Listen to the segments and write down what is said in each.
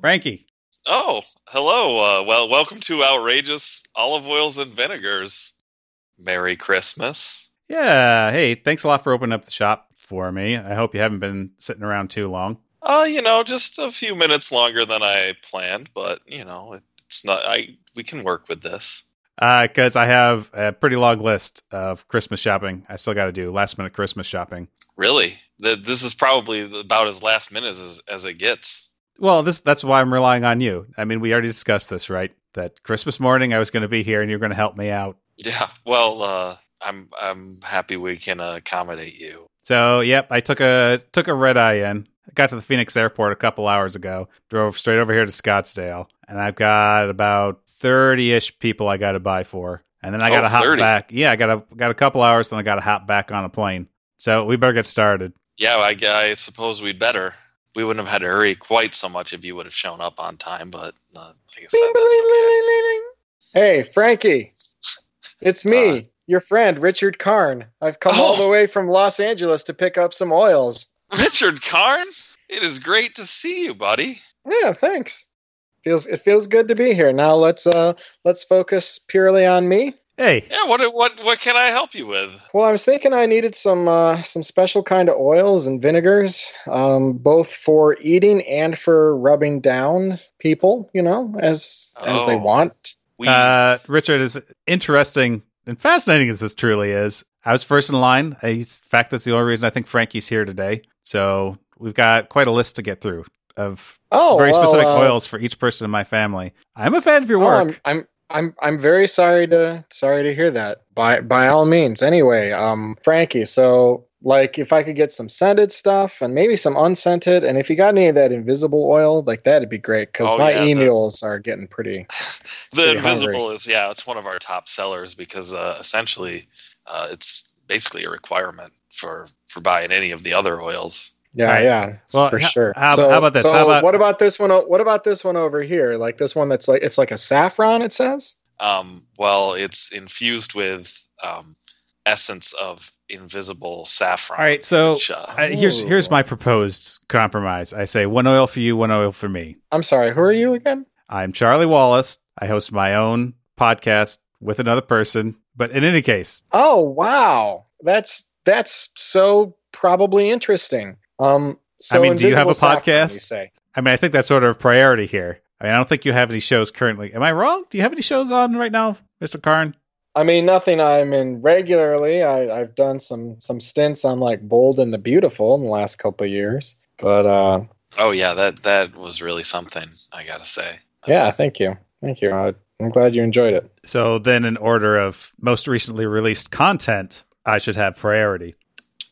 Frankie. Oh, hello. Uh, well, welcome to Outrageous Olive Oils and Vinegars. Merry Christmas. Yeah. Hey, thanks a lot for opening up the shop for me. I hope you haven't been sitting around too long. Uh, you know, just a few minutes longer than I planned, but you know, it, it's not. I we can work with this. Because Uh, I have a pretty long list of Christmas shopping I still got to do, last minute Christmas shopping. Really, Th this is probably about as last minute as as it gets. Well, this that's why I'm relying on you. I mean, we already discussed this, right? That Christmas morning I was going to be here and you're going to help me out. Yeah. Well, uh, I'm I'm happy we can accommodate you. So, yep, I took a took a red eye in. I got to the Phoenix airport a couple hours ago. Drove straight over here to Scottsdale, and I've got about thirty-ish people I got to buy for, and then I Oh, got to hop 30. back. Yeah, I got a got a couple hours, then I got to hop back on a plane. So we better get started. Yeah, I, I suppose we'd better. We wouldn't have had to hurry quite so much if you would have shown up on time, but uh, like I said, that's okay. Hey, Frankie. It's Uh, me, your friend, Richard Karn. I've come all Oh. the way from Los Angeles to pick up some oils. Richard Karn, it is great to see you, buddy. Yeah, thanks. Feels it feels good to be here. Now let's uh let's focus purely on me. Hey, Yeah, what what what can I help you with? Well, I was thinking I needed some uh, some special kind of oils and vinegars, um, both for eating and for rubbing down people. You know, as as they Oh. want. We uh, Richard is interesting and fascinating as this truly is. I was first in line. Uh, he's- In fact, that's the only reason I think Frankie's here today. So we've got quite a list to get through of Oh, very well, specific uh, oils for each person in my family. I'm a fan of your oh, work. I'm, I'm I'm I'm very sorry to sorry to hear that. By by all means, anyway, um, Frankie. So like, if I could get some scented stuff and maybe some unscented, and if you got any of that invisible oil, like that'd be great because Oh, my yeah, the- emules are getting pretty. the pretty invisible is yeah, it's one of our top sellers because uh, essentially uh, it's basically a requirement for for buying any of the other oils. Yeah, Right. yeah, Well, for h- sure. how- how about this? So How about- what about this one? o- What about this one over here? Like this one that's like it's like a saffron. It says. Um, well, it's infused with um, essence of invisible saffron. All right, so which, uh, I, here's Ooh. here's my proposed compromise. I say one oil for you, one oil for me. I'm sorry. Who are you again? I'm Charlie Wallace. I host my own podcast with another person. But in any case, Oh wow, that's that's so probably interesting. Um, so mean, do you have invisible a saffron, podcast? you say. I mean, I think that's sort of priority here. I mean, I don't think you have any shows currently. Am I wrong? Do you have any shows on right now, Mr. Karn? I mean, nothing I'm in regularly. I, I've done some some stints on like Bold and the Beautiful in the last couple of years. But uh, oh yeah, that that was really something. I gotta say. That yeah, was- thank you, thank you. I, I'm glad you enjoyed it. So then, in order of most recently released content, I should have priority.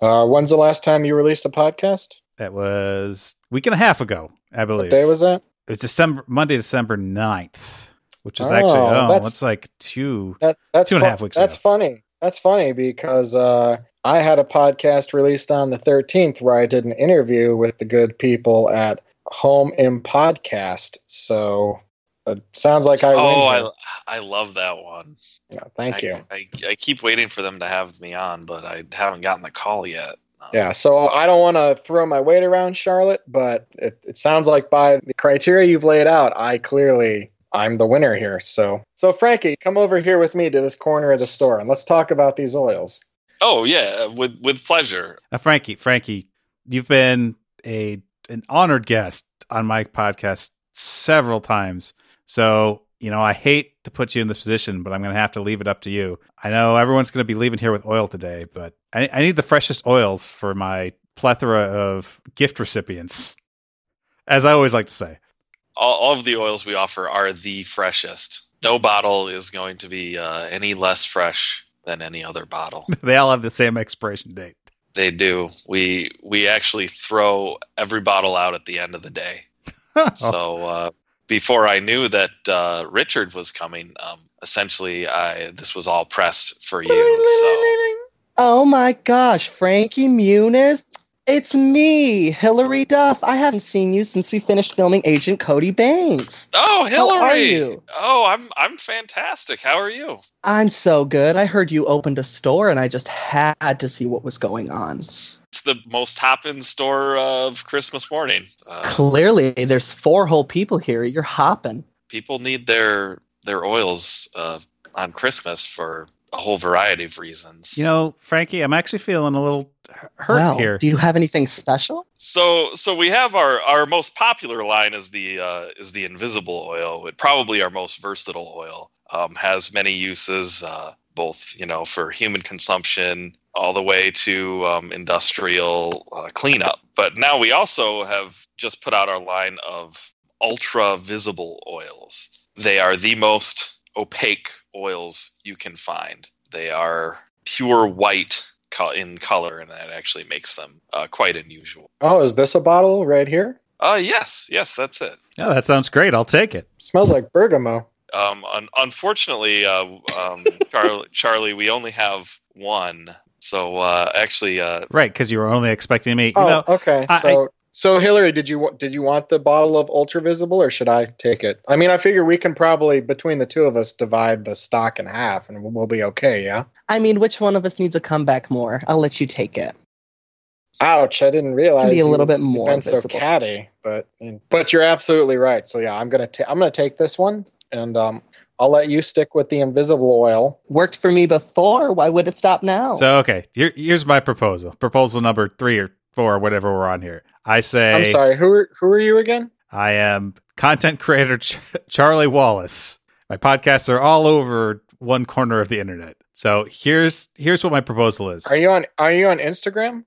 Uh, when's the last time you released a podcast? That was a week and a half ago, I What believe. day was that? it's December Monday, December 9th, which is actually Oh, oh, that's- that's like two. That, that's Two and a fu- half weeks That's ago. funny. That's funny because uh, I had a podcast released on the 13th where I did an interview with the good people at Home M Podcast. So it sounds like I oh, win. I here. I love that one. Yeah, thank I, you. I, I keep waiting for them to have me on, but I haven't gotten the call yet. Um, Yeah, so I don't want to throw my weight around, Charlotte, but it, it sounds like by the criteria you've laid out, I clearly I'm the winner here. So, so Frankie, come over here with me to this corner of the store and let's talk about these oils. Oh yeah, with with pleasure. Now, uh, Frankie, Frankie, you've been a an honored guest on my podcast several times. So, you know, I hate to put you in this position, but I'm going to have to leave it up to you. I know everyone's going to be leaving here with oil today, but I, I need the freshest oils for my plethora of gift recipients, as I always like to say. All, all of the oils we offer are the freshest. No bottle is going to be uh, any less fresh than any other bottle. They all have the same expiration date. they do. We we actually throw every bottle out at the end of the day. So uh, before I knew that uh, Richard was coming, um, essentially I this was all pressed for you. Oh my gosh, Frankie Muniz? It's me, Hillary Duff. I haven't seen you since we finished filming Agent Cody Banks. So oh, Hillary! How are you? Oh, I'm I'm fantastic. How are you? I'm so good. I heard you opened a store and I just had to see what was going on. it's the most hopping store of Christmas morning. Uh, Clearly, there's four whole people here. You're hopping. people need their their oils uh, on Christmas for a whole variety of reasons. You know, Frankie, I'm actually feeling a little h- hurt Wow. here. Do you have anything special? So so we have our our most popular line is the uh, is the invisible oil. It probably our most versatile oil. Um, has many uses, uh, both you know for human consumption all the way to um, industrial uh, cleanup. But now we also have just put out our line of ultra visible oils. They are the most opaque oils you can find. They are pure white co- in color, and that actually makes them uh, quite unusual. Oh, is this a bottle right here? Uh, yes, yes, that's it. Yeah, Oh, that sounds great. I'll take it. Smells like bergamot. Um, un- unfortunately, uh, um, Char- Charlie, we only have one. So uh, actually, uh, Right, because you were only expecting me. You Oh, know, okay. I- so, so Hillary, did you wa- did you want the bottle of ultra visible, or should I take it? I mean, I figure we can probably between the two of us divide the stock in half, and we'll be okay. Yeah. I mean, which one of us needs a comeback more? I'll let you take it. Ouch! I didn't realize. Be a you- little bit you've more Been so visible. catty, but but you're absolutely right. So yeah, I'm gonna ta- I'm gonna take this one, and um, I'll let you stick with the invisible oil. Worked for me before. Why would it stop oh. now? so okay, here, here's my proposal. Proposal number three or four, whatever we're on here. I say I'm sorry. Who are, who are you again? I am content creator Ch- Charlie Wallace. My podcasts are all over one corner of the internet. So here's here's what my proposal is. Are you on Are you on Instagram?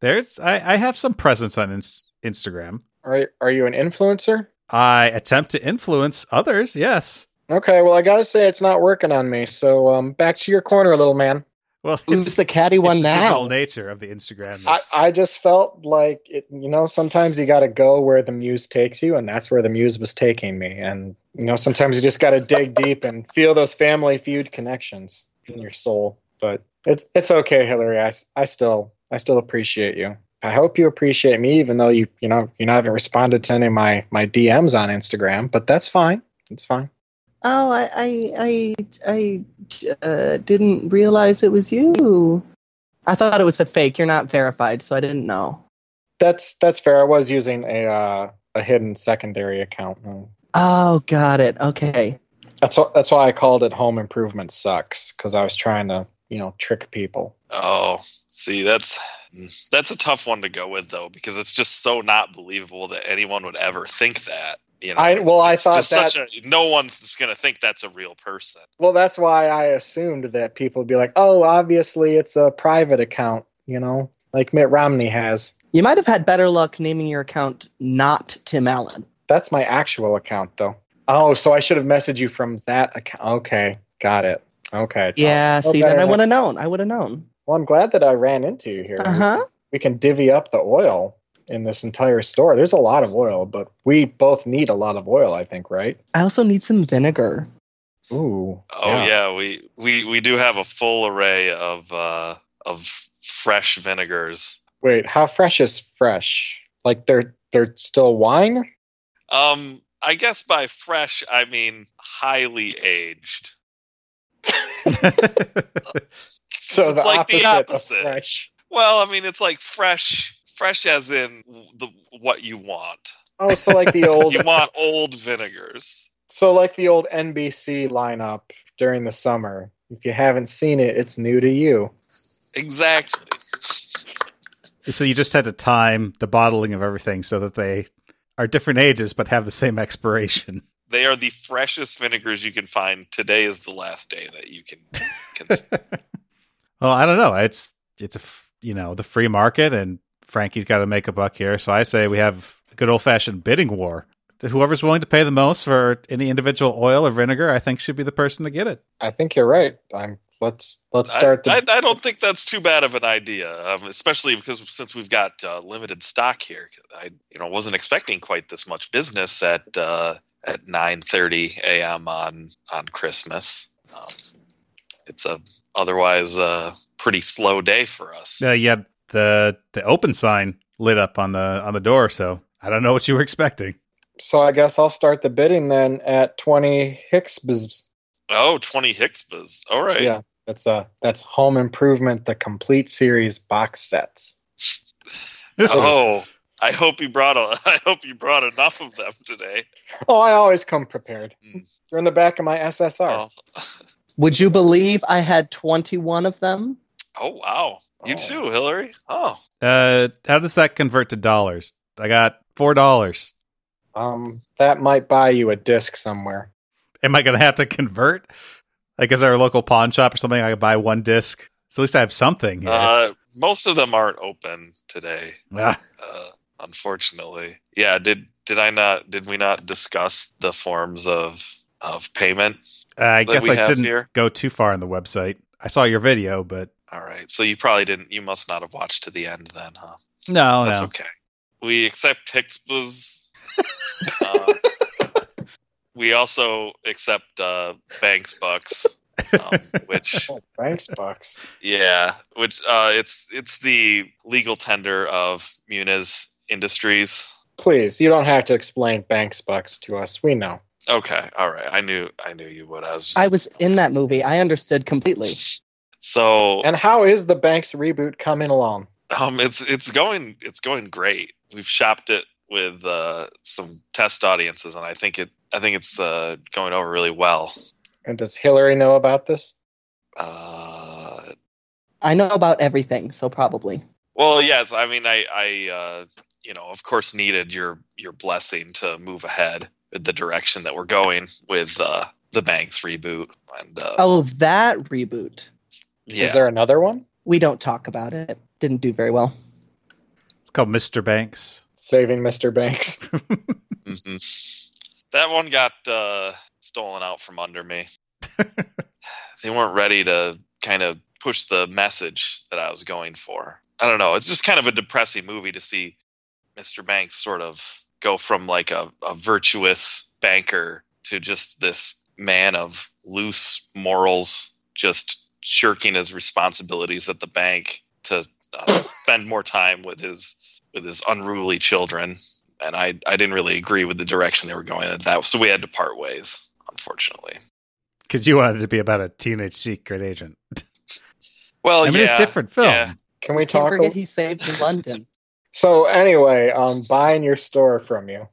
There's I, I have some presence on ins- Instagram. Are Are you an influencer? I attempt to influence others. Yes. Okay. Well, I gotta say it's not working on me. So um, back to your corner, little man. Well, Who's the catty it's one the digital now? nature of the Instagram. I, that's- I just felt like it, you know sometimes you got to go where the muse takes you and that's where the muse was taking me and you know sometimes you just got to dig deep and feel those family feud connections in your soul but it's it's okay hillary I, s- I still i still appreciate you i hope you appreciate me even though you you know you know, haven't responded to any of my my dms on instagram but that's fine it's fine Oh, I, I, I, I uh, didn't realize it was you. I thought it was a fake. You're not verified, so I didn't know. that's that's fair i was using a uh a hidden secondary account and Oh, got it. Okay. That's wh- that's why I called it home improvement sucks because I was trying to you know trick people. oh, see, that's that's a tough one to go with though, because it's just so not believable that anyone would ever think that. You know, I well I It's thought just that such a, no one's going to think that's a real person. well that's why I assumed that people would be like oh obviously it's a private account you know like Mitt Romney has You might have had better luck naming your account not Tim Allen. that's my actual account though. Oh so I should have messaged you from that account. Okay, got it. Okay. Tom. Yeah, Oh, see, then better I luck. would have known. I would have known. Well, I'm glad that I ran into you here. Uh huh. We can divvy up the oil in this entire store. There's a lot of oil, but we both need a lot of oil, I think, right? I also need some vinegar. Ooh. Oh yeah, we, we we do have a full array of uh, of fresh vinegars. Wait, how fresh is fresh? Like they're they're still wine? Um, I guess by fresh I mean highly aged. So the, It's like opposite the of opposite. fresh. Well, I mean, it's like fresh, fresh as in the what you want. Oh, so like the old You want old vinegars. so like the old NBC lineup during the summer. If you haven't seen it, it's new to you. Exactly. so you just had to time the bottling of everything so that they are different ages but have the same expiration. They are the freshest vinegars you can find. Today is the last day that you can. can Well, I don't know. It's it's a f- you know the free market, and Frankie's got to make a buck here. So I say we have a good old fashioned bidding war. Whoever's willing to pay the most for any individual oil or vinegar, I think should be the person to get it. I think you're right. I'm let's let's start the I, I, I don't think that's too bad of an idea, um, especially because since we've got uh, limited stock here, I you know wasn't expecting quite this much business at uh, at nine thirty a.m. on on Christmas. Um, it's a otherwise uh, pretty slow day for us. Uh, yeah, the the open sign lit up on the on the door, so I don't know what you were expecting. so I guess I'll start the bidding then at twenty Hicks Oh, 20 Hixpas. All right. Yeah. That's uh that's home improvement the complete series box sets. Oh, I hope you brought a, I hope you brought enough of them today. Oh, I always come prepared. Mm. They're in the back of my SSR. Oh, Would you believe I had 21 of them? oh wow, you Oh. too, Hillary. Oh, Uh, how does that convert to dollars? I got four dollars. Oh. Um, that might buy you a disc somewhere. Am I gonna have to convert? Like, is there a local pawn shop or something I could buy one disc? So at least I have something. Here. uh, most of them aren't open today, Ah, uh, unfortunately. Yeah did did I not did we not discuss the forms of of payment? I that guess we I have didn't here? go too far on the website. I saw your video, but All right, so you probably didn't. You must not have watched to the end then, huh? no, That's no. okay. We accept Hixbas. uh, we also accept uh, Banks Bucks, um, which Oh, thanks, Bucks. yeah, which uh, it's it's the legal tender of Muniz Industries. Please, you don't have to explain Banks Bucks to us. We know. Okay, all right. I knew I knew you would. I was just, I was in that movie. I understood completely. so And how is the Banks reboot coming along? um, it's it's going it's going great. We've shopped it with uh, some test audiences, and I think it I think it's uh, going over really well. And does Hillary know about this? Uh, I know about everything, so probably. Well, yes. I mean, I, I, uh, you know, of course, needed your your blessing to move ahead in the direction that we're going with uh, the Banks reboot, and uh, Oh, that reboot. yeah, Is there another one? We don't talk about it. Didn't do very well. It's called Mr. Banks. Saving Mr. Banks. Mhm. that one got uh, stolen out from under me. they weren't ready to kind of push the message that I was going for. I don't know. It's just kind of a depressing movie to see Mr. Banks sort of go from like a, a virtuous banker to just this man of loose morals, just shirking his responsibilities at the bank to uh, spend more time with his with his unruly children. And I I didn't really agree with the direction they were going at that, so we had to part ways, unfortunately. Because you wanted it to be about a teenage secret agent. Well, I mean, Oh, yeah, it's a different film. yeah. Can we Can't talk? forget A- he saved London. so anyway, um, buying your store from you.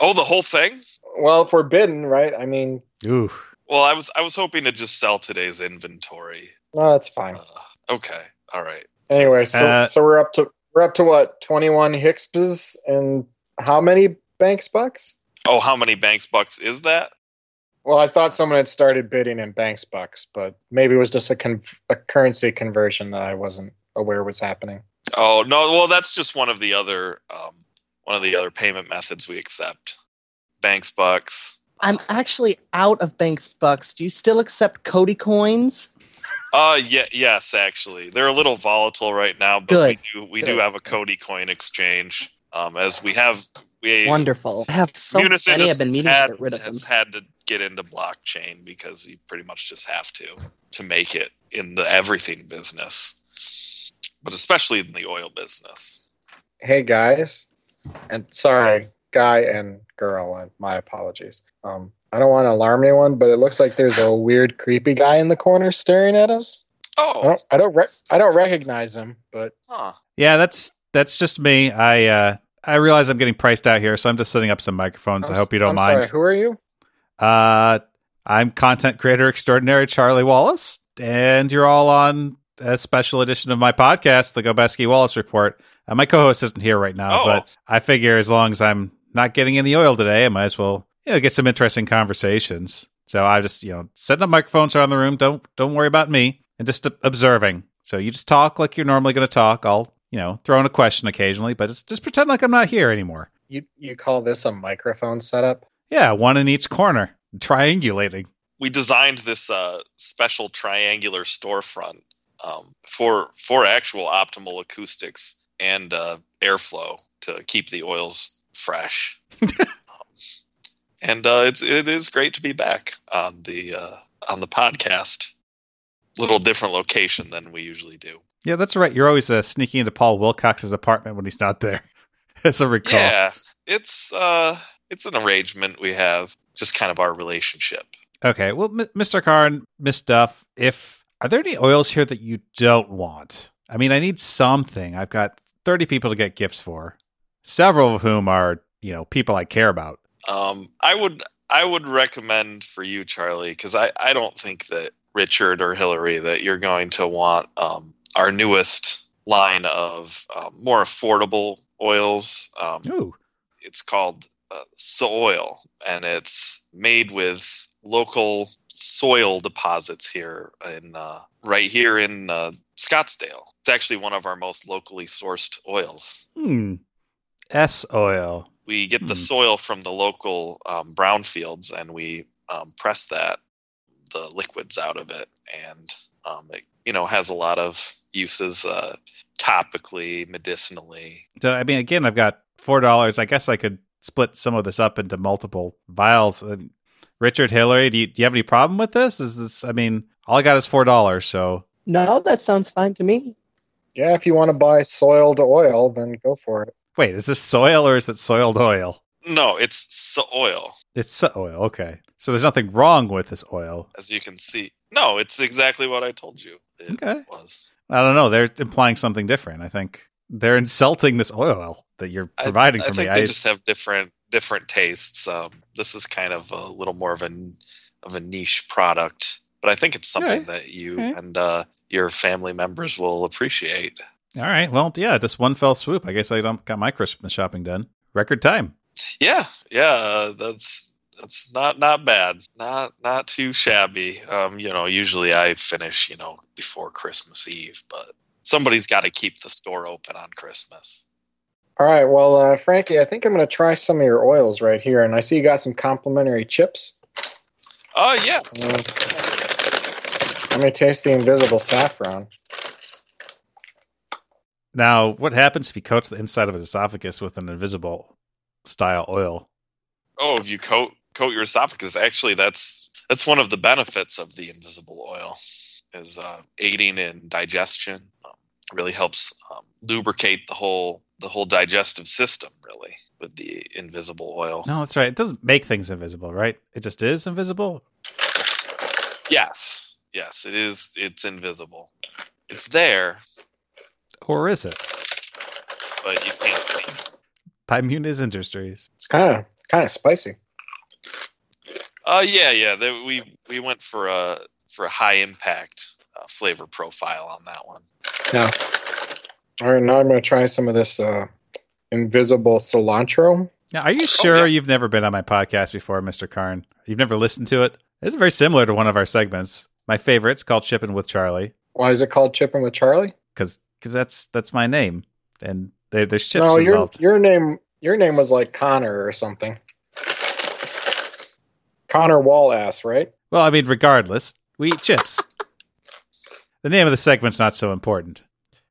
Oh, the whole thing? Well, forbidden, right? I mean, Ooh, Well, I was I was hoping to just sell today's inventory. no, that's fine. Uh, okay, all right. Anyway, so, Uh, so we're up to we're up to what twenty one Hickses and how many Banks Bucks? Oh, how many Banks bucks is that? Well, I thought someone had started bidding in Banks Bucks, but maybe it was just a, con- a currency conversion that I wasn't aware was happening. Oh no, well that's just one of the other um, one of the other payment methods we accept. Banks bucks. I'm actually out of Banks Bucks. Do you still accept Cody coins? Uh yeah, yes, actually. They're a little volatile right now, but Good. we do we Good. do have a Cody coin exchange. Um, as we have we Wonderful. I have so Munis many. I've been Industries meaning had, to get rid of them. has had to get into blockchain because you pretty much just have to to make it in the everything business, but especially in the oil business. Hey guys, and sorry, guy and girl, and my apologies. Um, I don't want to alarm anyone, but it looks like there's a weird, creepy guy in the corner staring at us. I Oh, don't, I don't, rec- I don't recognize him, but huh. yeah. That's that's just me. I uh, I realize I'm getting priced out here, so I'm just setting up some microphones. I I'm- hope you don't I'm mind. Sorry, who are you? Uh, I'm content creator extraordinary Charlie Wallace, and you're all on a special edition of my podcast, The Gobeski Wallace Report. Uh, my co-host isn't here right now, Oh. Uh, but I figure as long as I'm not getting any oil today, I might as well you know get some interesting conversations. So I just you know setting up microphones around the room. Don't don't worry about me, and just uh, observing. So you just talk like you're normally going to talk. I'll you know throw in a question occasionally, but just just pretend like I'm not here anymore. You you call this a microphone setup? Yeah, one in each corner, triangulating. we designed this uh, special triangular storefront um, for for actual optimal acoustics and uh, airflow to keep the oils fresh. Um, and uh, it's it is great to be back on the uh, on the podcast. Little different location than we usually do. Yeah, that's right. You're always uh, sneaking into Paul Wilcox's apartment when he's not there. That's a recall. Yeah, it's uh, it's an arrangement we have, just kind of our relationship. Okay. Well, M- Mr. Carr and Miss Duff, if are there any oils here that you don't want? I mean, I need something. I've got 30 people to get gifts for, several of whom are, you know, people I care about. Um, I would I would recommend for you, Charlie, because I, I don't think that Richard or Hillary that you're going to want um, our newest line of um, more affordable oils. Um, Ooh. it's called uh, soil, and it's made with local soil deposits here in uh, right here in uh, Scottsdale. It's actually one of our most locally sourced oils. Hmm. S oil. We get the Hmm. soil from the local um, brownfields, and we um, press that the liquids out of it, and um, it you know has a lot of uses uh, topically, medicinally. So, I mean, again, I've got $4. I guess I could split some of this up into multiple vials. And Richard Hillary, do you, do you have any problem with this? Is this, I mean, all I got is $4. So, No, that sounds fine to me. Yeah, if you want to buy soil to oil, then go for it. wait, is this soil or is it soiled oil? No, it's soil, It's so- oil. Okay. So there's nothing wrong with this oil. as you can see. No, it's exactly what I told you. It Okay. was. I don't know. They're implying something different. I think they're insulting this oil that you're providing I for think me. they I, just have different different tastes. Um, this is kind of a little more of a n- of a niche product, but I think it's something Alright. that you Alright. and uh, your family members will appreciate. all right. Well, yeah, just one fell swoop. I guess I don't got my Christmas shopping done. Record time. Yeah, yeah, uh, that's that's not not bad, not not too shabby. Um, you know, usually I finish you know before Christmas Eve, but somebody's got to keep the store open on Christmas. All right, well, uh, Frankie, I think I'm going to try some of your oils right here, and I see you got some complimentary chips. Oh yeah, Uh, I'm going to taste the invisible saffron. Now, what happens if he coats the inside of his esophagus with an invisible style oil? Oh, if you coat coat your esophagus, actually, that's that's one of the benefits of the invisible oil, is uh, aiding in digestion. Um, really helps um, lubricate the whole the whole digestive system, really, with the invisible oil. No, that's right. It doesn't make things invisible, right? It just is invisible. Yes, yes, it is. It's invisible. It's there, Or is it? but you can't see. it. By Muniz Industries. It's kind of kind of spicy. Uh, yeah, yeah. They, we we went for a for a high impact uh, flavor profile on that one. Yeah. All right, now I'm going to try some of this uh, invisible cilantro. Now, are you sure yeah. you've never been on my podcast before, Mr. Karn? You've never listened to it? It's very similar to one of our segments. My favorite's called Shipping with Charlie. Why is it called Chipping with Charlie? because because that's that's my name, and there, there's chips no, your involved. your name your name was like Connor or something. Connor Wallass, right? Well, I mean, regardless, we eat chips. The name of the segment's not so important.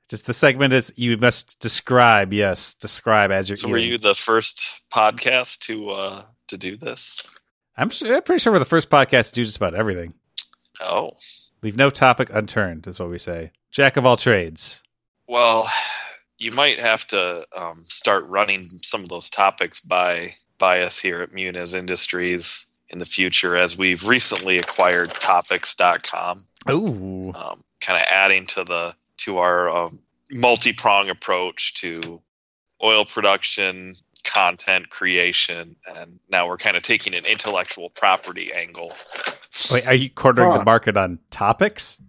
Just the segment is you must describe. Yes, describe as you're So, eating. were you the first podcast to uh, to do this? I'm, su- I'm pretty sure we're the first podcast to do just about everything. Oh, Leave no topic unturned is what we say. Jack of all trades. well, you might have to um, start running some of those topics by by us here at Muniz Industries in the future, as we've recently acquired Topics.com, Ooh, um, kind of adding to the to our um, multi prong approach to oil production, content creation, and now we're kind of taking an intellectual property angle wait, are you cornering the Huh. market on topics?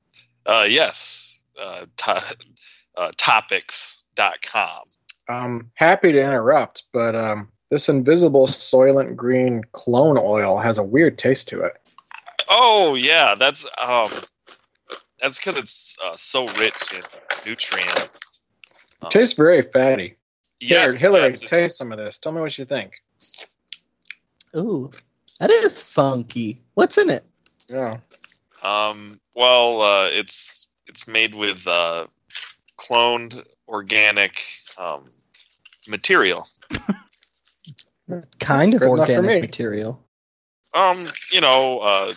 Uh, yes, uh, to- uh, topics.com. Um, happy to interrupt, but um, this invisible soylent green clone oil has a weird taste to it. Oh yeah, that's um, that's because it's uh, so rich in nutrients. Um, Tastes very fatty. yes, Here, Hillary, yes, it's- taste some of this. Tell me what you think. Ooh, that is funky. What's in it? Yeah. Um, well, uh, it's it's made with uh, cloned organic um, material. Kind of Good enough for me. organic material. Um, you know, uh,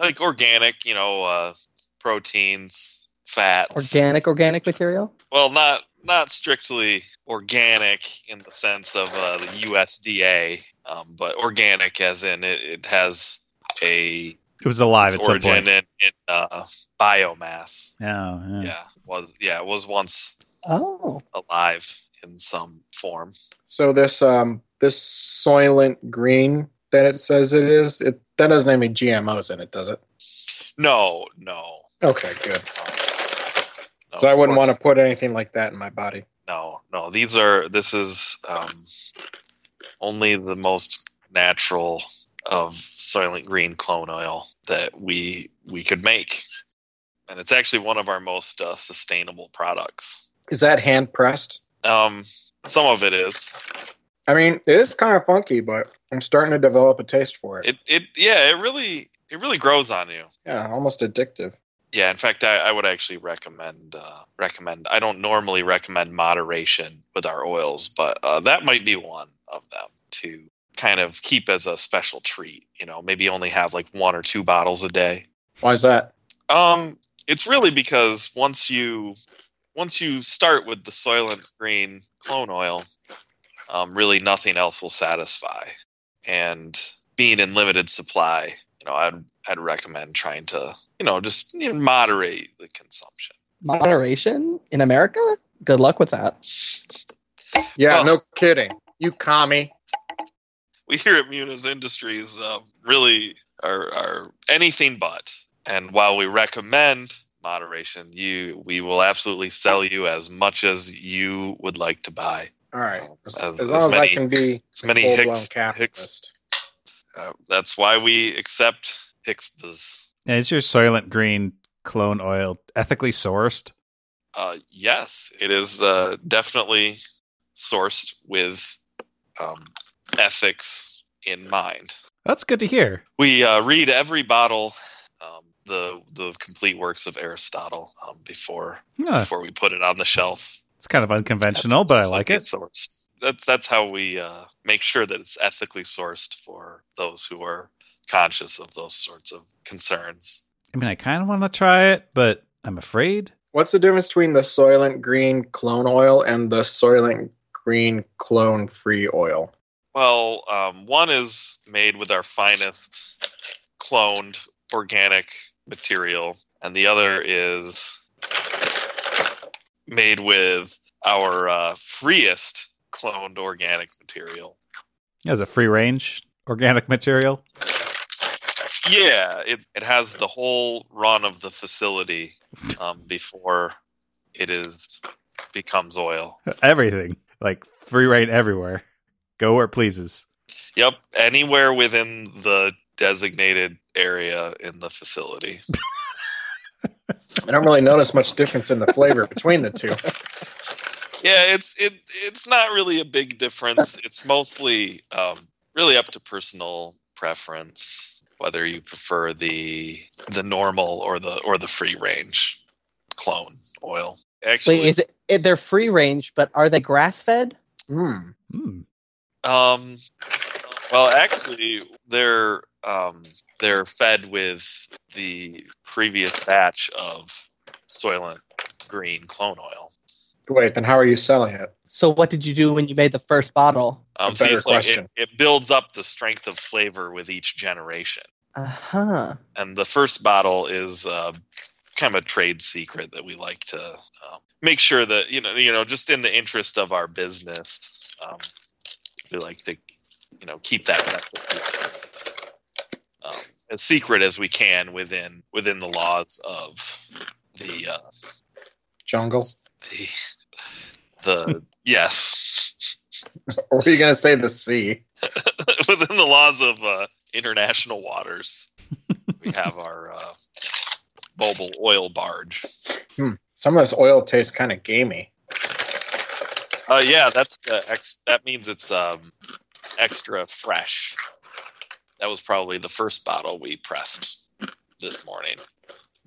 like organic, you know, uh, proteins, fats, Organic, organic material. Well, not not strictly organic in the sense of uh, the USDA, um, but organic as in it, it has a It was alive its at some origin point. Oh, in, in uh, biomass. Yeah, yeah. Yeah, was yeah it was once Oh. alive in some form. So this um this soylent green that it says it is, it that doesn't have any GMOs in it, does it? No, no. Okay, good. no so I of wouldn't course want to put anything like that in my body. no no these are this is um, only the most natural of silent green clone oil that we we could make and it's actually one of our most uh, sustainable products Is that hand pressed? um some of it is I mean, it is kind of funky, but I'm starting to develop a taste for it. it it yeah it really it really grows on you yeah, almost addictive. yeah in fact i, I would actually recommend uh, recommend i don't normally recommend moderation with our oils but uh, that might be one of them to kind of keep as a special treat you know maybe only have like one or two bottles a day Why is that? um it's really because once you once you start with the soylent green clone oil um, really nothing else will satisfy and being in limited supply you know i'd i'd recommend trying to you know just you know, moderate the consumption Moderation in America? Good luck with that. Yeah, Oh. no kidding. You commie. we here at Munis Industries um, really are, are anything but. And while we recommend moderation, you we will absolutely sell you as much as you would like to buy. All right. As, as As- as long as I many- can be As many full blown Hicks, Hicks capitalist. uh, that's why we accept Hicks. And is your Soylent Green clone oil ethically sourced? Uh, yes, it is uh, definitely sourced with um, ethics in mind. That's good to hear. We uh, read every bottle, um, the the complete works of Aristotle um, before Huh, before we put it on the shelf. it's kind of unconventional, but I like it. Sourced. That's that's how we uh, make sure that it's ethically sourced for those who are conscious of those sorts of concerns. I mean, I kind of want to try it, but I'm afraid. What's the difference between the Soylent Green clone oil and the Soylent Green clone free oil? Well, um, one is made with our finest cloned organic material, and the other is made with our uh, freest cloned organic material. It has a free range organic material. Yeah, it it has the whole run of the facility um, before it is becomes oil. Everything. Like free reign everywhere. Go where it pleases. Yep, anywhere within the designated area in the facility. I don't really notice much difference in the flavor between the two. Yeah, it's it it's not really a big difference. It's mostly um, really up to personal preference whether you prefer the the normal or the or the free range clone oil. Actually, Wait, is it, it? They're free range, but are they grass fed? Hmm. Hmm. Um, well, actually, they're um, they're fed with the previous batch of Soylent Green clone oil. Wait, then how are you selling it? So what did you do when you made the first bottle? Um, A see, better it's like it, question. it builds up the strength of flavor with each generation, Uh huh. and the first bottle is uh, kind of a trade secret that we like to um, make sure that you know, you know, just in the interest of our business, um, we like to you know keep that recipe um, as secret as we can within within the laws of the uh, Jungle? the the yes Or were you going to say the sea? within the laws of uh, international waters. we have our uh, mobile oil barge. Hmm. Some of this oil tastes kind of gamey. Uh, yeah, that's the ex- that means it's um, extra fresh. That was probably the first bottle we pressed this morning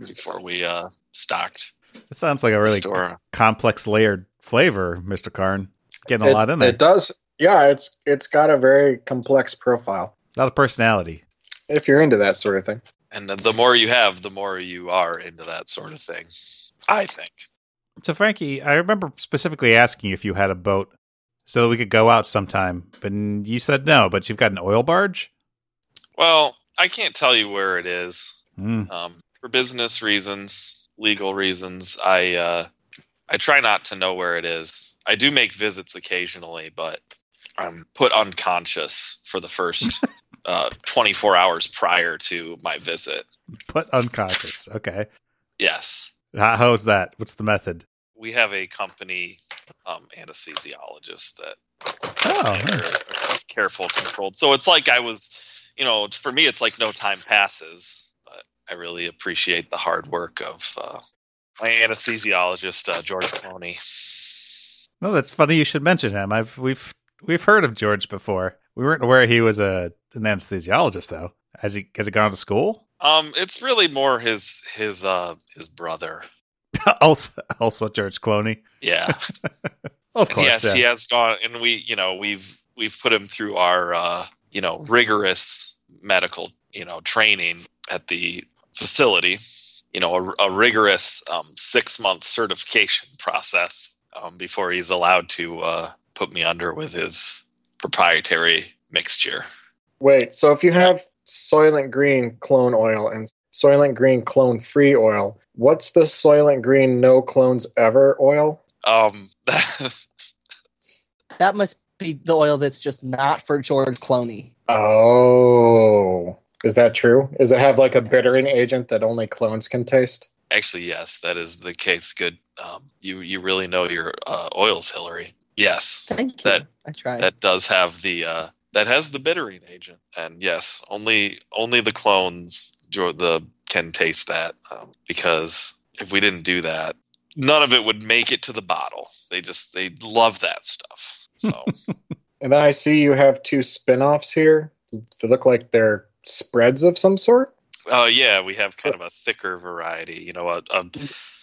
before we uh, stocked It sounds like a the really store. complex layered flavor, Mr. Karn. Getting a it, lot in there. It does. Yeah, it's it's got a very complex profile a lot of personality. if you're into that sort of thing. And the more you have, the more you are into that sort of thing. I think. So, Frankie, I remember specifically asking if you had a boat so that we could go out sometime. But you said no, but you've got an oil barge? Well, I can't tell you where it is Hmm. um, for business reasons, legal reasons. I uh, I try not to know where it is. I do make visits occasionally, but I'm put unconscious for the first uh, 24 hours prior to my visit. Put unconscious. Okay. Yes, How, how's that? What's the method? we have a company um, anesthesiologist that Oh, care- careful, controlled. So it's like I was, you know, for me, it's like no time passes. But I really appreciate the hard work of uh, my anesthesiologist, uh, George Clooney. No, that's funny. You should mention him. I've we've we've heard of George before. We weren't aware he was a an anesthesiologist though. Has he has he gone to school? Um, it's really more his his uh his brother. also, also George Clooney. Yeah. Of And course. yes, yeah. he has gone, and we, you know, we've we've put him through our, uh, you know, rigorous medical, you know, training at the facility. You know, a, a rigorous um, six month certification process um, before he's allowed to uh, put me under with his proprietary mixture. Wait, so if you have Soylent Green clone oil and Soylent Green clone free oil, what's the Soylent Green no clones ever oil? Um, That must be the oil that's just not for George Clooney. Oh, is that true? Does it have like a bittering agent that only clones can taste? actually, yes, that is the case. Good. Um, you you really know your uh, oils, Hillary. Yes. Thank you. That- I tried. that does have the uh, that has the bittering agent, and yes, only only the clones jo- the can taste that um, because if we didn't do that, none of it would make it to the bottle. They just they love that stuff. So And then I see you have two spin offs here. They look like they're spreads of some sort. uh, yeah, we have kind of a thicker variety, you know, a, a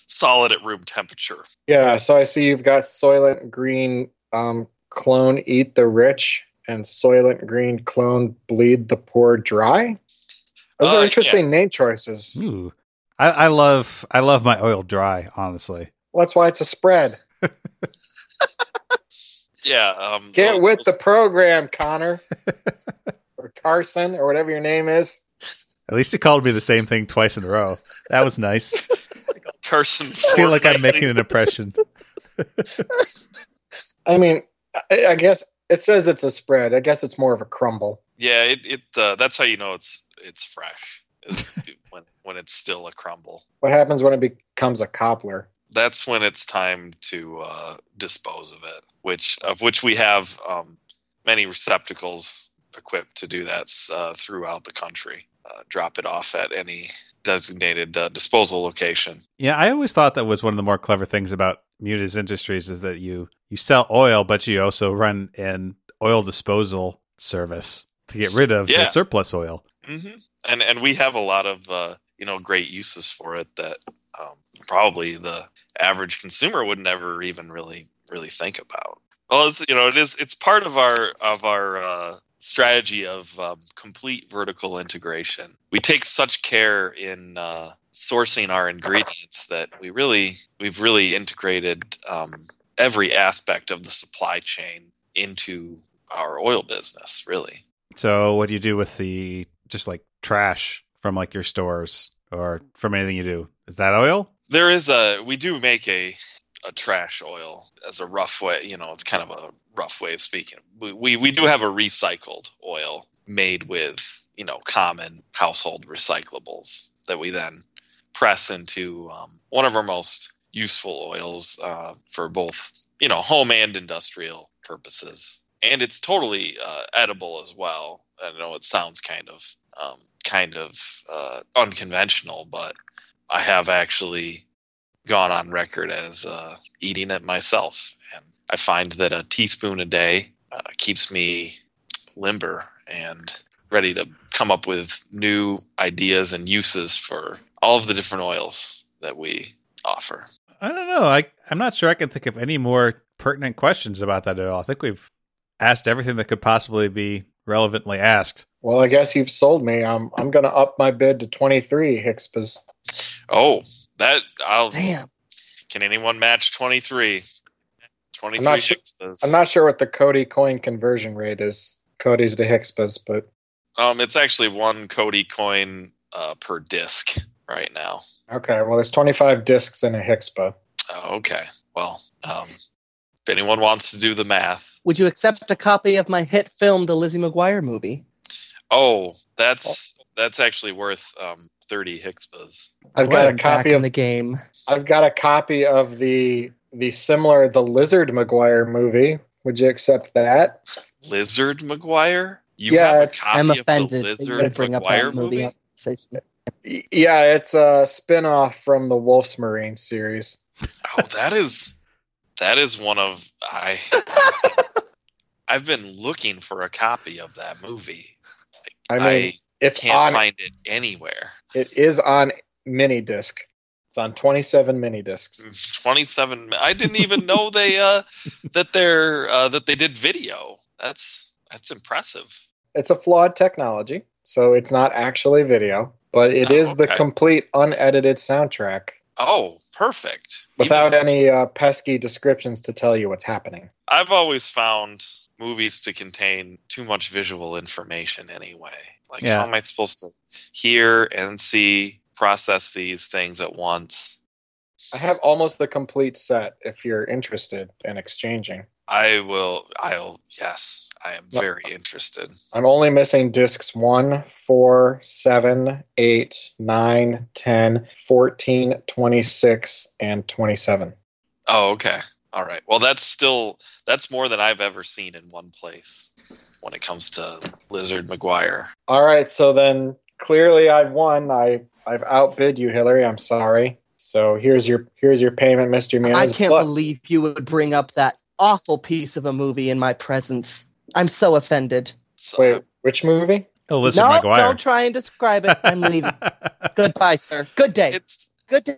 solid at room temperature. Yeah, so I see you've got Soylent Green um, clone eat the rich and Soylent Green clone bleed the poor dry. Those Uh, are yeah. interesting name choices. Ooh. I, I love I love my oil dry, honestly. Well, that's why it's a spread. Yeah, um, Get those- with the program, Connor. or Carson, or whatever your name is. At least he called me the same thing twice in a row. That was nice. Carson. I feel like I'm Fortnightly. making an impression. I mean, I, I guess it says it's a spread. I guess it's more of a crumble. Yeah, it, it uh, that's how you know it's it's fresh is when when it's still a crumble. What happens when it becomes a cobbler? that's when it's time to uh, dispose of it, which of which we have um, many receptacles equipped to do that uh, throughout the country. Uh, drop it off at any designated uh, disposal location. Yeah, I always thought that was one of the more clever things about Mutas Industries is that you you sell oil, but you also run an oil disposal service to get rid of Yeah. the surplus oil. hmm And and we have a lot of uh, you know great uses for it that um, probably the average consumer would never even really really think about. Well, it's you know it is it's part of our of our uh, strategy of um, complete vertical integration. We take such care in uh, sourcing our ingredients that we really we've really integrated um, every aspect of the supply chain into our oil business. Really. So what do you do with the just like trash from like your stores or from anything you do? Is that oil? there is a we do make a a trash oil as a rough way you know it's kind of a rough way of speaking we we, we do have a recycled oil made with you know common household recyclables that we then press into um, one of our most useful oils uh, for both you know home and industrial purposes and it's totally uh, edible as well i know it sounds kind of um, kind of uh, unconventional but I have actually gone on record as uh, eating it myself, and I find that a teaspoon a day uh, keeps me limber and ready to come up with new ideas and uses for all of the different oils that we offer. I don't know. I I'm not sure I can think of any more pertinent questions about that oil. I think we've asked everything that could possibly be relevantly asked. Well, I guess you've sold me. Um, I'm going to up my bid to 23 Hickspas. Oh, that I'll Damn. can anyone match 23? 23 not su- Hixpas. I'm not sure what the Cody coin conversion rate is. Cody's to Hickspas, but um it's actually one Cody coin uh, per disc right now. okay. Well, there's 25 discs in a Hickspa. Oh, okay. Well, um, if anyone wants to do the math, Would you accept a copy of my hit film, the Lizzie McGuire movie? oh, that's that's actually worth um, thirty Hixpas. I've Well, got I'm a back copy in of the game. I've got a copy of the the similar the Lizard McGuire movie. Would you accept that? Lizard McGuire. You Yeah, have a it's- copy I'm of the offended. that you Lizard would bring up McGuire that movie. movie. on conversation. Y- Yeah, it's a spin-off from the Wolf's Marine series. Oh, that is that is one of I. I've been looking for a copy of that movie. I I, mean, it's can't on find it anywhere. it is on mini disc. It's on 27 mini discs. Twenty-seven. I didn't even know they uh, that they're uh, that they did video. That's that's impressive. It's a flawed technology, so it's not actually video, but it Oh, is the okay. complete unedited soundtrack Oh, perfect. without Even- any uh, pesky descriptions to tell you what's happening. I've always found movies to contain too much visual information anyway. Like, Yeah. how am I supposed to hear and see, process these things at once? I have almost the complete set if you're interested in exchanging. I will. I'll. Yes, I am Well- very interested. I'm only missing discs 1, 4, 7, 8, 9, 10, 14, 26, and 27. Oh, okay. All right. Well, that's still that's more than I've ever seen in one place when it comes to Lizard McGuire. All right, so then clearly I've won. I I've outbid you, Hillary. I'm sorry. So here's your here's your payment, Mr. Munoz. I can't But believe you would bring up that awful piece of a movie in my presence. I'm so offended. So, Wait, which movie? Oh, listen, no, McGuire. don't try and describe it. I'm leaving. Goodbye, sir. Good day. It's Good day.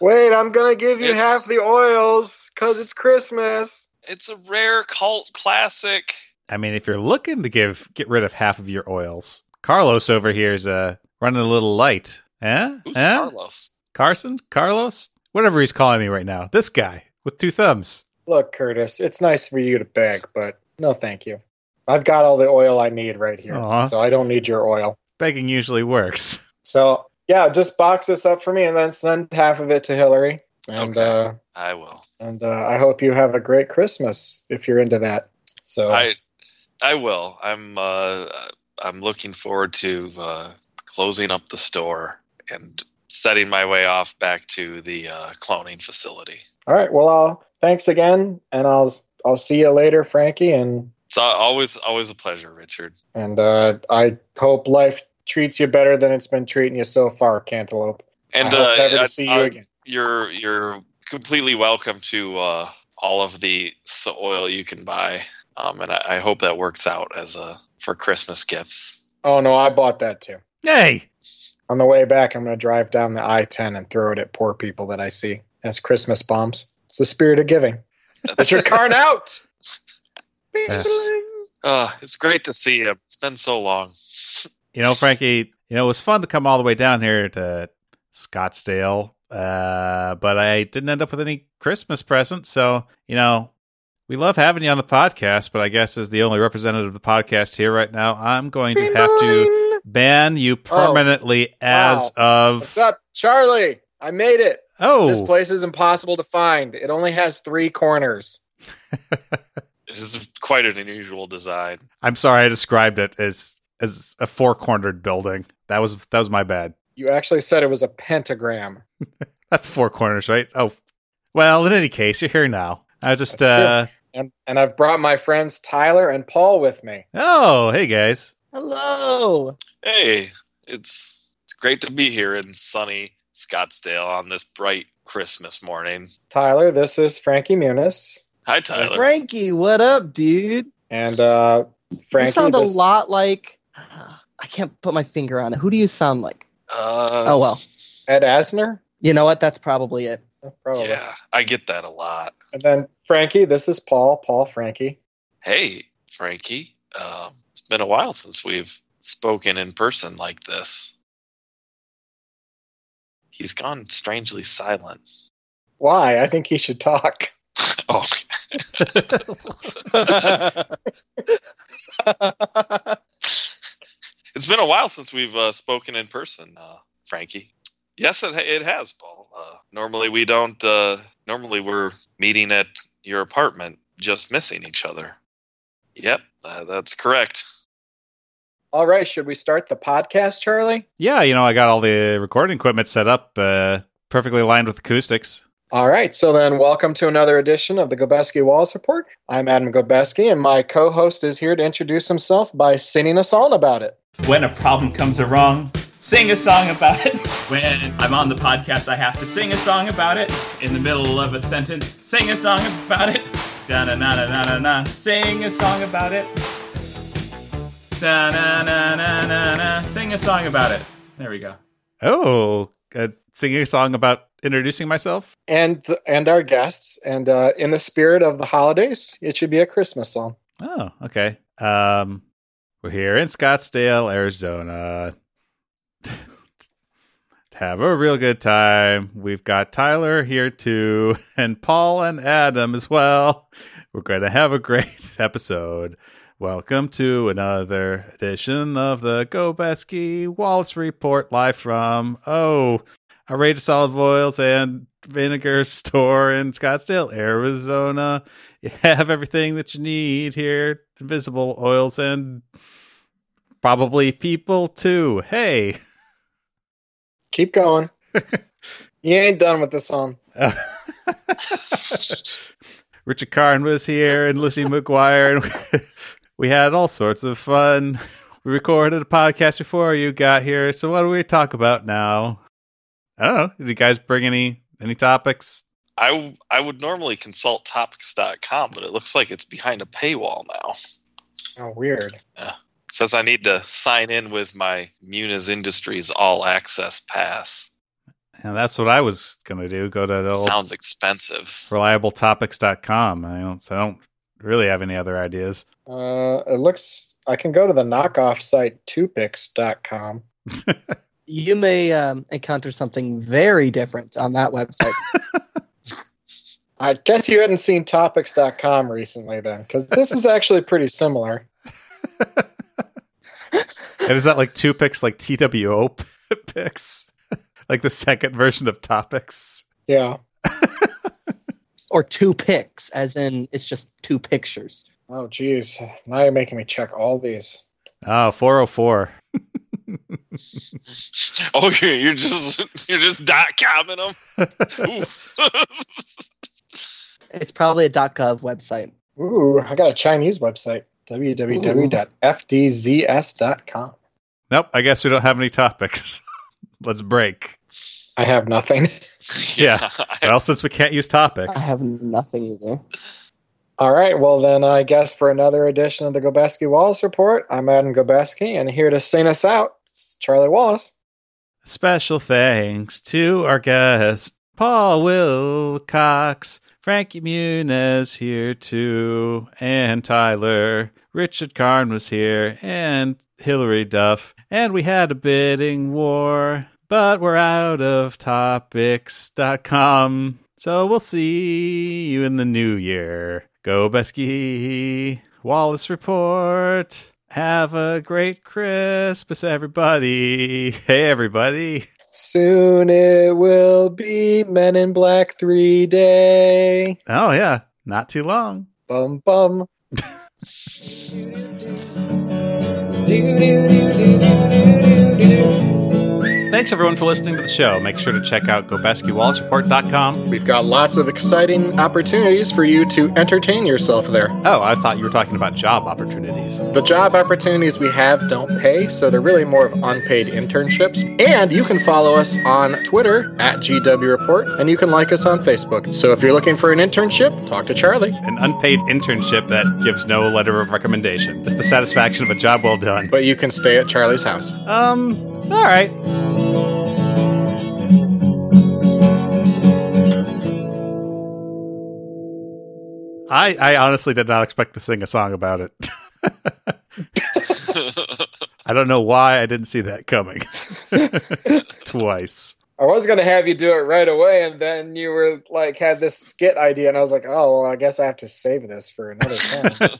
Wait, I'm gonna give you It's- half the oils because it's Christmas. it's a rare cult classic. I mean, if you're looking to give get rid of half of your oils, Carlos over here is uh running a little light. Eh? Who's eh? Carlos? Carson? Carlos? Whatever he's calling me right now. This guy with two thumbs. Look, Curtis, it's nice for you to beg, but no, thank you. I've got all the oil I need right here, Aw. so I don't need your oil. Begging usually works. So yeah, just box this up for me and then send half of it to Hillary. And Okay. uh, I will. and uh, I hope you have a great Christmas if you're into that. So I I will. I'm uh I'm looking forward to uh closing up the store and setting my way off back to the uh cloning facility. All right. Well, I'll thanks again, and I'll I'll see you later, Frankie. And It's al- always always a pleasure, Richard. and uh, I hope life treats you better than it's been treating you so far, Cantaloupe. And I hope uh, never I- to see I- you again. you're you're completely welcome to uh all of the so- oil you can buy. Um and I, I hope that works out as a for Christmas gifts. Oh no, I bought that too. Hey. On the way back, I'm going to drive down the I-10 and throw it at poor people that I see as Christmas bombs. It's the spirit of giving. Get your card out. uh, it's great to see you. It's been so long. You know, Frankie, you know, it was fun to come all the way down here to Scottsdale. Uh, but I didn't end up with any Christmas presents, so you know, we love having you on the podcast, but I guess as the only representative of the podcast here right now, I'm going to have to ban you permanently as Oh, What's of up, Charlie? I made it. This oh place is impossible to find. It only has three corners. It is quite an unusual design. i'm sorry i described it as as a four-cornered building that was that was my bad You actually said it was a pentagram. that's four corners right oh well in any case you're here now i just uh That's And and I've brought my friends Tyler and Paul with me. oh hey guys Hello. Hey, it's it's great to be here in sunny Scottsdale on this bright Christmas morning. Tyler, this is Frankie Muniz. Hi, Tyler. Frankie, what up, dude? And uh Frankie you sound this- a lot like. I can't put my finger on it. Who do you sound like? Uh, Oh, well. Ed Asner? You know what? That's probably it. Probably. Yeah, I get that a lot. And then Frankie, this is Paul, Paul Frankie. Hey, Frankie. Um, it's been a while since we've spoken in person like this. He's gone strangely silent. Why? I think he should talk. Oh, it's been a while since we've uh, spoken in person, uh, Frankie. Yes, it, it has, Paul. Uh, normally we don't. Uh, normally we're meeting at your apartment, just missing each other. Yep, uh, that's correct. All right, should we start the podcast, Charlie? Yeah, you know, I got all the recording equipment set up, uh, perfectly aligned with acoustics. All right, so then welcome to another edition of the Gobeski Walls Report. I'm Adam Gobeski, and my co host is here to introduce himself by singing a song about it. When a problem comes along, sing a song about it. When I'm on the podcast, I have to sing a song about it. In the middle of a sentence, sing a song about it. Da na na na na na sing a song about it. Da na na na na na, sing a song about it. There we go. Oh, uh, singing a song about introducing myself. And, th- and our guests, and uh, in the spirit of the holidays, it should be a Christmas song. Oh, okay. Um, we're here in Scottsdale, Arizona. Have a real good time. We've got Tyler here too, and Paul and Adam as well. We're going to have a great episode. Welcome to another edition of the Gobeski Wallace Report, live from oh, a rate of solid oils and vinegar store in Scottsdale, Arizona. You have everything that you need here. Invisible oils and probably people too. Hey. Keep going. you ain't done with the song. Richard Karn was here and Lizzie McGuire, and we had all sorts of fun. We recorded a podcast before you got here, so what do we talk about now? I don't know. Did you guys bring any any topics? I I would normally consult topics.com, but it looks like it's behind a paywall now. Oh, weird. says I need to sign in with my Muniz Industries All Access Pass. And that's what I was gonna do. Go to the old Sounds expensive. reliabletopics.com. I don't so I don't really have any other ideas. Uh, it looks. I can go to the knockoff site tupix.com. You may um, encounter something very different on that website. I guess you hadn't seen topics.com recently then, because this is actually pretty similar. And is that like two picks like TWO picks? like the second version of topics? Yeah. or two pics, as in it's just two pictures. Oh, geez. Now you're making me check all these. Oh, 404. Oh, you're you're just you're just dot comming them. Oof. It's probably a .gov website. Ooh, I got a Chinese website www.fdzs.com. Nope, I guess we don't have any topics. Let's break. I have nothing. Yeah. Well, since we can't use I topics, have nothing either. All right, well then I guess for another edition of the Gobeski Wallace Report, I'm Adam Gobeski, and here to sing us out, is Charlie Wallace. special thanks to our guests, Paul Wilcox, Frankie Muniz here too, and Tyler. Richard Karn was here, and Hillary Duff. And we had a bidding war, but we're out of topics.com. So we'll see you in the new year. Go Besky Wallace Report. Have a great Christmas, everybody. Hey, everybody. Soon it will be Men in Black 3 Day. Oh, yeah. Not too long. Bum bum. Thanks, everyone, for listening to the show. Make sure to check out GobeskiWallaceReport.com. We've got lots of exciting opportunities for you to entertain yourself there. Oh, I thought you were talking about job opportunities. The job opportunities we have don't pay, so they're really more of unpaid internships. And you can follow us on Twitter at GW Report, and you can like us on Facebook. So if you're looking for an internship, talk to Charlie. An unpaid internship that gives no letter of recommendation. Just the satisfaction of a job well done. But you can stay at Charlie's house. Um, all right. I I honestly did not expect to sing a song about it. I don't know why I didn't see that coming. Twice. I was gonna have you do it right away, and then you were like had this skit idea, and I was like, oh, well, I guess I have to save this for another time.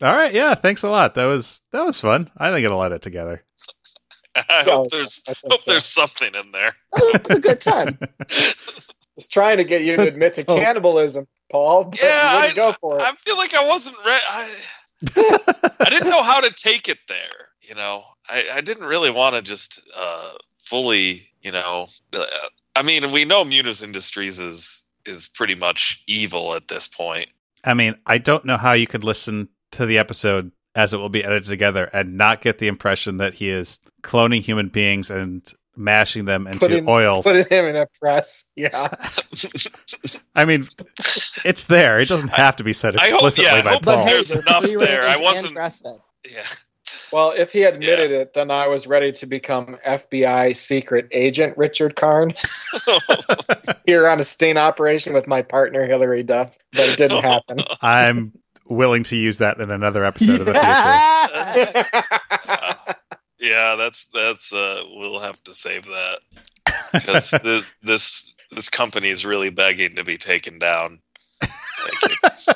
All right, yeah, thanks a lot. That was that was fun. I think it'll edit together. I Oh, hope there's I think hope so. there's something in there. It was a good time. Just trying to get you to admit to So- cannibalism, Paul. But Yeah, you wouldn't I- go for it. I feel like I wasn't ready. I, I didn't know how to take it there. You know, I, I didn't really want to just uh, fully. You know, uh, I mean, we know Munis Industries is is pretty much evil at this point. I mean, I don't know how you could listen to the episode as it will be edited together and not get the impression that he is cloning human beings and mashing them into Putting- oils. Put him in a press. Yeah. I mean, it's there. It doesn't have to be said I hope- explicitly yeah, I by hope But Paul. hey, Oh, There's they're enough free-range there. I and wasn't- grass-fed. Yeah. Well, if he admitted it, then I was ready to become FBI secret agent Richard Karn Oh, here on a sting operation with my partner Hillary Duff, but it didn't happen. I'm willing to use that in another episode of the future. Yeah. Yeah, that's that's uh we'll have to save that because this this company is really begging to be taken down. Thank you.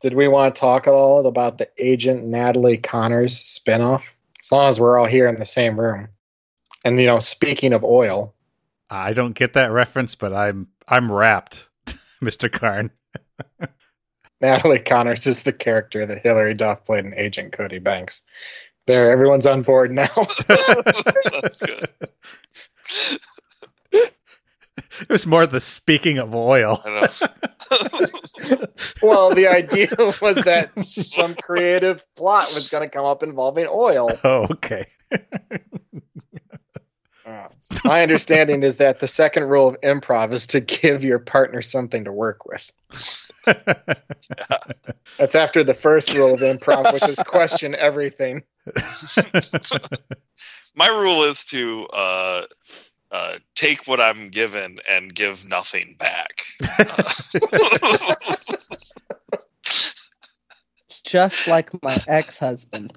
Did we want to talk at all about the agent Natalie Connors spinoff? As long as we're all here in the same room. And you know, speaking of oil, I don't get that reference, but I'm I'm wrapped, Mr. Karn. Natalie Connors is the character that Hillary Duff played in Agent Cody Banks. There, everyone's on board now. that's good. It was more the speaking of oil. I know. well, the idea was that some creative plot was going to come up involving oil. Oh, okay. Uh, my understanding is that the second rule of improv is to give your partner something to work with. That's after the first rule of improv, which is question everything. My rule is to uh, uh, take what I'm given and give nothing back. Uh, Just like my ex-husband.